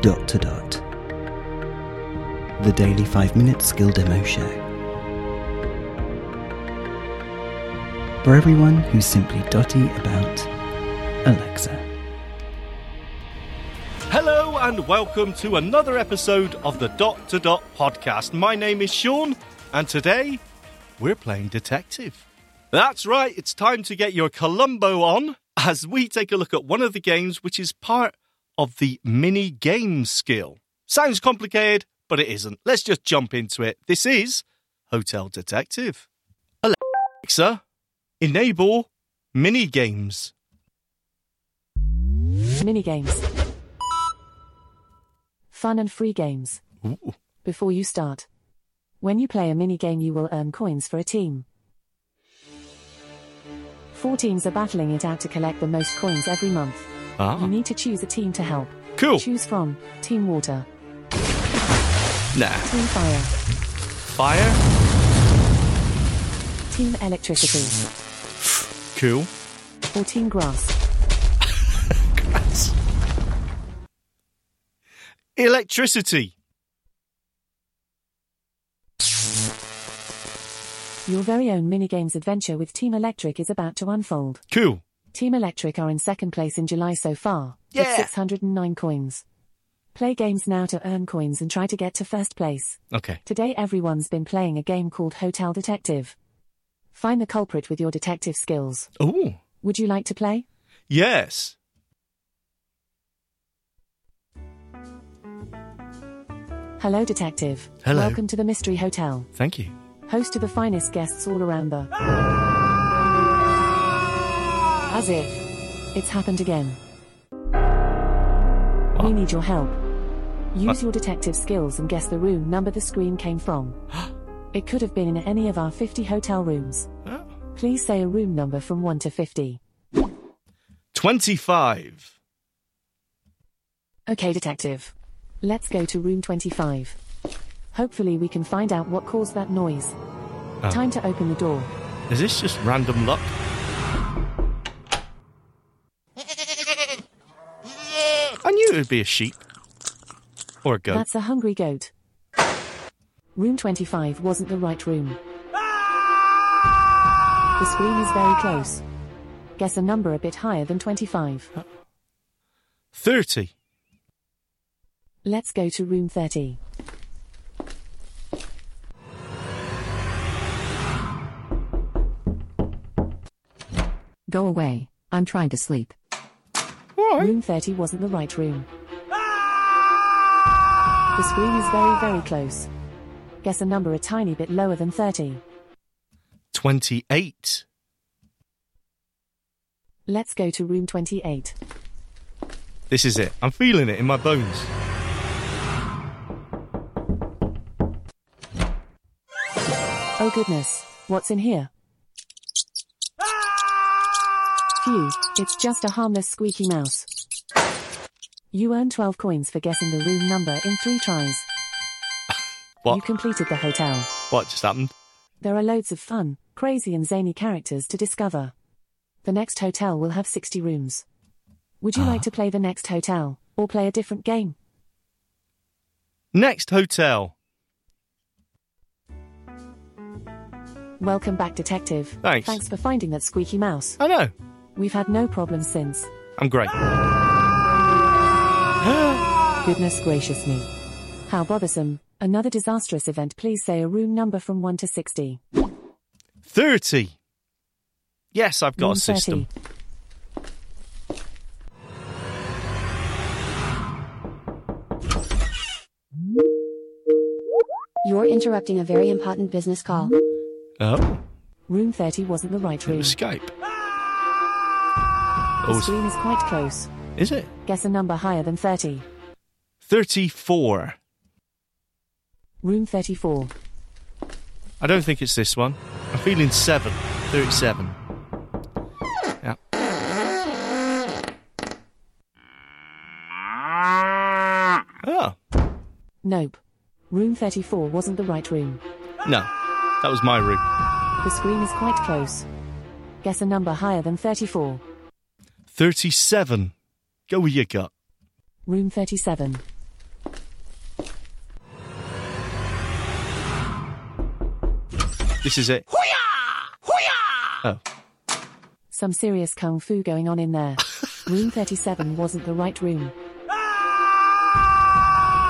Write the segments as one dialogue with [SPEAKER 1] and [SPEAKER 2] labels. [SPEAKER 1] dot to dot. The Daily 5 Minute Skill Demo Show. For everyone who's simply dotty about Alexa.
[SPEAKER 2] Hello and welcome to another episode of the Dot to Dot podcast. My name is Sean, and today we're playing detective. That's right, it's time to get your Columbo on as we take a look at one of the games which is part of the mini game skill. Sounds complicated, but it isn't. Let's just jump into it. This is Hotel Detective. Alexa, enable mini games.
[SPEAKER 3] Minigames. Fun and free games. Before you start, when you play a minigame, you will earn coins for a team. Four teams are battling it out to collect the most coins every month. You
[SPEAKER 2] Ah, Oh.
[SPEAKER 3] need to choose a team to help.
[SPEAKER 2] cool.
[SPEAKER 3] Choose from Team Water,
[SPEAKER 2] Nah.
[SPEAKER 3] Team Fire,
[SPEAKER 2] Fire,
[SPEAKER 3] Team Electricity,
[SPEAKER 2] cool.
[SPEAKER 3] or Team Grass.
[SPEAKER 2] Electricity.
[SPEAKER 3] Your very own minigames adventure with Team Electric is about to unfold.
[SPEAKER 2] Cool.
[SPEAKER 3] Team Electric are in second place in July so far,
[SPEAKER 2] Yeah.
[SPEAKER 3] with 609 coins. Play games now to earn coins and try to get to first place.
[SPEAKER 2] Okay.
[SPEAKER 3] Today everyone's been playing a game called Hotel Detective. Find the culprit with your detective skills.
[SPEAKER 2] Oh,
[SPEAKER 3] Would you like to play?
[SPEAKER 2] yes.
[SPEAKER 3] Hello Detective.
[SPEAKER 2] Hello.
[SPEAKER 3] Welcome to the Mystery Hotel.
[SPEAKER 2] Thank you.
[SPEAKER 3] Host to the finest guests all around the... As if. It's happened again. We need your help. Use your detective skills and guess the room number the scream came from. it could have been in any of our 50 hotel rooms.
[SPEAKER 2] Ah.
[SPEAKER 3] Please say a room number from 1 to 50.
[SPEAKER 2] 25.
[SPEAKER 3] Okay, detective. Let's go to room 25. Hopefully, we can find out what caused that noise.
[SPEAKER 2] Ah.
[SPEAKER 3] Time to open the door.
[SPEAKER 2] Is this just random luck? I knew it would be a sheep. Or a goat.
[SPEAKER 3] That's a hungry goat. Room 25 wasn't the right room. The scream is very close. Guess a number a bit higher than 25.
[SPEAKER 2] 30.
[SPEAKER 3] Let's go to room 30.
[SPEAKER 4] Go away. I'm trying to sleep.
[SPEAKER 2] Why?
[SPEAKER 3] Room 30 wasn't the right room. The scream is very, very close. Guess a number a tiny bit lower than 30.
[SPEAKER 2] 28.
[SPEAKER 3] Let's go to room 28.
[SPEAKER 2] This is it. I'm feeling it in my bones.
[SPEAKER 3] Oh goodness, what's in here? Phew, it's just a harmless squeaky mouse. You earn 12 coins for guessing the room number in three tries.
[SPEAKER 2] What?
[SPEAKER 3] You completed the hotel.
[SPEAKER 2] What just happened?
[SPEAKER 3] There are loads of fun, crazy, and zany characters to discover. The next hotel will have 60 rooms. Would you like to play the next hotel, or play a different game?
[SPEAKER 2] Next hotel.
[SPEAKER 3] Welcome back, Detective.
[SPEAKER 2] Thanks.
[SPEAKER 3] Thanks for finding that squeaky mouse.
[SPEAKER 2] I know.
[SPEAKER 3] We've had no problems since.
[SPEAKER 2] I'm great.
[SPEAKER 3] Goodness gracious me. How bothersome. Another disastrous event. Please say a room number from 1 to 60.
[SPEAKER 2] 30. Yes, I've got
[SPEAKER 3] room
[SPEAKER 2] a system.
[SPEAKER 3] 30.
[SPEAKER 5] You're interrupting a very important business call.
[SPEAKER 2] Oh,
[SPEAKER 3] Room 30 wasn't the right
[SPEAKER 2] it
[SPEAKER 3] room.
[SPEAKER 2] was Skype.
[SPEAKER 3] The
[SPEAKER 2] Oh, it's-
[SPEAKER 3] screen is quite close.
[SPEAKER 2] is it?
[SPEAKER 3] Guess a number higher than 30.
[SPEAKER 2] 34.
[SPEAKER 3] Room 34.
[SPEAKER 2] I don't think it's this one. I'm feeling 7. 37. Yeah. Oh,
[SPEAKER 3] Nope. Room 34 wasn't the right room.
[SPEAKER 2] no. That was my room.
[SPEAKER 3] The screen is quite close. Guess a number higher than 34.
[SPEAKER 2] 37. Go with your gut.
[SPEAKER 3] Room 37.
[SPEAKER 2] This is it. Oh,
[SPEAKER 3] Some serious kung fu going on in there. room 37 wasn't the right room.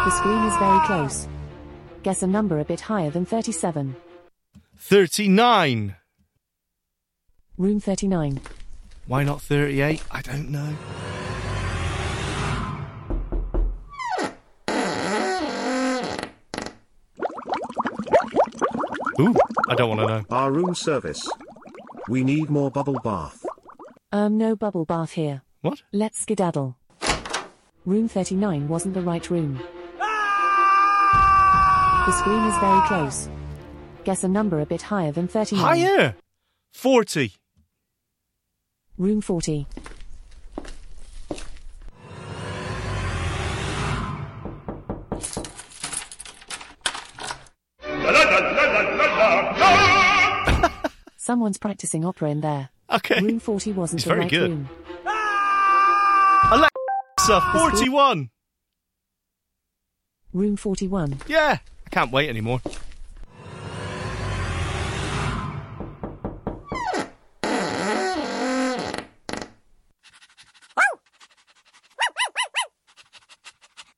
[SPEAKER 3] the screen is very close. Guess a number a bit higher than 37.
[SPEAKER 2] 39.
[SPEAKER 3] Room 39.
[SPEAKER 2] Why not 38? I don't know. Ooh, I don't want to know.
[SPEAKER 6] Barroom service. We need more bubble bath.
[SPEAKER 3] Um, no bubble bath here.
[SPEAKER 2] What?
[SPEAKER 3] Let's skedaddle. Room 39 wasn't the right room. The screen is very close. Guess a number a bit higher than 39.
[SPEAKER 2] Higher! 40.
[SPEAKER 3] Room 40. Someone's practicing opera in there.
[SPEAKER 2] Okay.
[SPEAKER 3] Room 40 wasn't
[SPEAKER 2] It's
[SPEAKER 3] the
[SPEAKER 2] very
[SPEAKER 3] right
[SPEAKER 2] good.
[SPEAKER 3] room.
[SPEAKER 2] Alexa, 41.
[SPEAKER 3] Room 41.
[SPEAKER 2] Yeah, I can't wait anymore.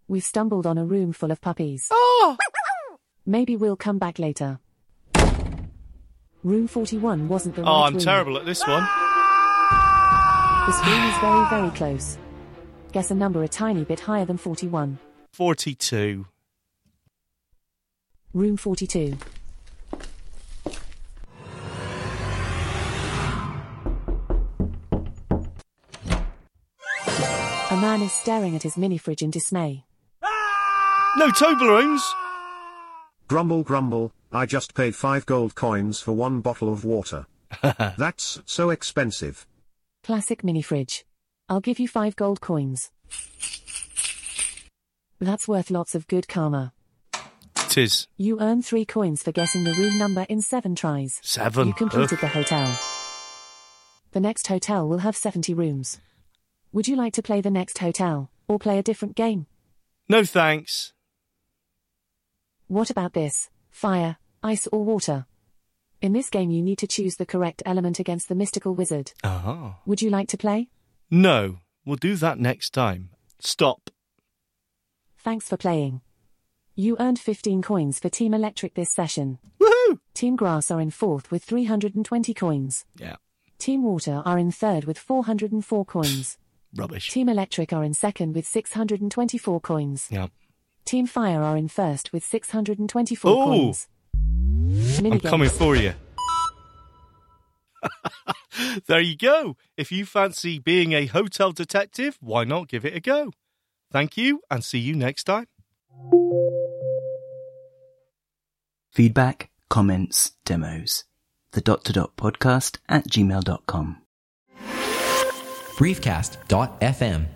[SPEAKER 3] We've stumbled on a room full of puppies.
[SPEAKER 2] Oh!
[SPEAKER 3] Maybe we'll come back later. Room 41 wasn't the right
[SPEAKER 2] Oh, I'm
[SPEAKER 3] room.
[SPEAKER 2] terrible at this one.
[SPEAKER 3] The screen is very, very close. Guess a number a tiny bit higher than 41.
[SPEAKER 2] 42.
[SPEAKER 3] Room 42. A man is staring at his mini fridge in dismay.
[SPEAKER 2] No Toblerones.
[SPEAKER 6] Grumble, grumble, I just paid 5 gold coins for one bottle of water. That's so expensive.
[SPEAKER 3] Classic mini fridge. I'll give you five gold coins. That's worth lots of good karma.
[SPEAKER 2] Tis
[SPEAKER 3] You earn three coins for guessing the room number in seven tries.
[SPEAKER 2] seven.
[SPEAKER 3] You completed
[SPEAKER 2] Ugh.
[SPEAKER 3] the hotel. The next hotel will have 70 rooms. Would you like to play the next hotel, or play a different game?
[SPEAKER 2] No thanks.
[SPEAKER 3] What about this? Fire, ice, or water? In this game, you need to choose the correct element against the mystical wizard.
[SPEAKER 2] Oh.
[SPEAKER 3] Would you like to play?
[SPEAKER 2] No, we'll do that next time. Stop.
[SPEAKER 3] Thanks for playing. You earned 15 coins for Team Electric this session.
[SPEAKER 2] Woohoo!
[SPEAKER 3] Team Grass are in fourth with 320 coins.
[SPEAKER 2] Yeah,
[SPEAKER 3] Team Water are in third with 404 coins.
[SPEAKER 2] rubbish.
[SPEAKER 3] Team Electric are in second with 624 coins.
[SPEAKER 2] Yeah.
[SPEAKER 3] Team Fire are in first with 624
[SPEAKER 2] Ooh.
[SPEAKER 3] coins.
[SPEAKER 2] I'm
[SPEAKER 3] Minigames.
[SPEAKER 2] coming for you. there you go. If you fancy being a hotel detective, why not give it a go? Thank you and see you next time.
[SPEAKER 1] Feedback, comments, demos. The dot to dot podcast at gmail.com.
[SPEAKER 7] briefcast.fm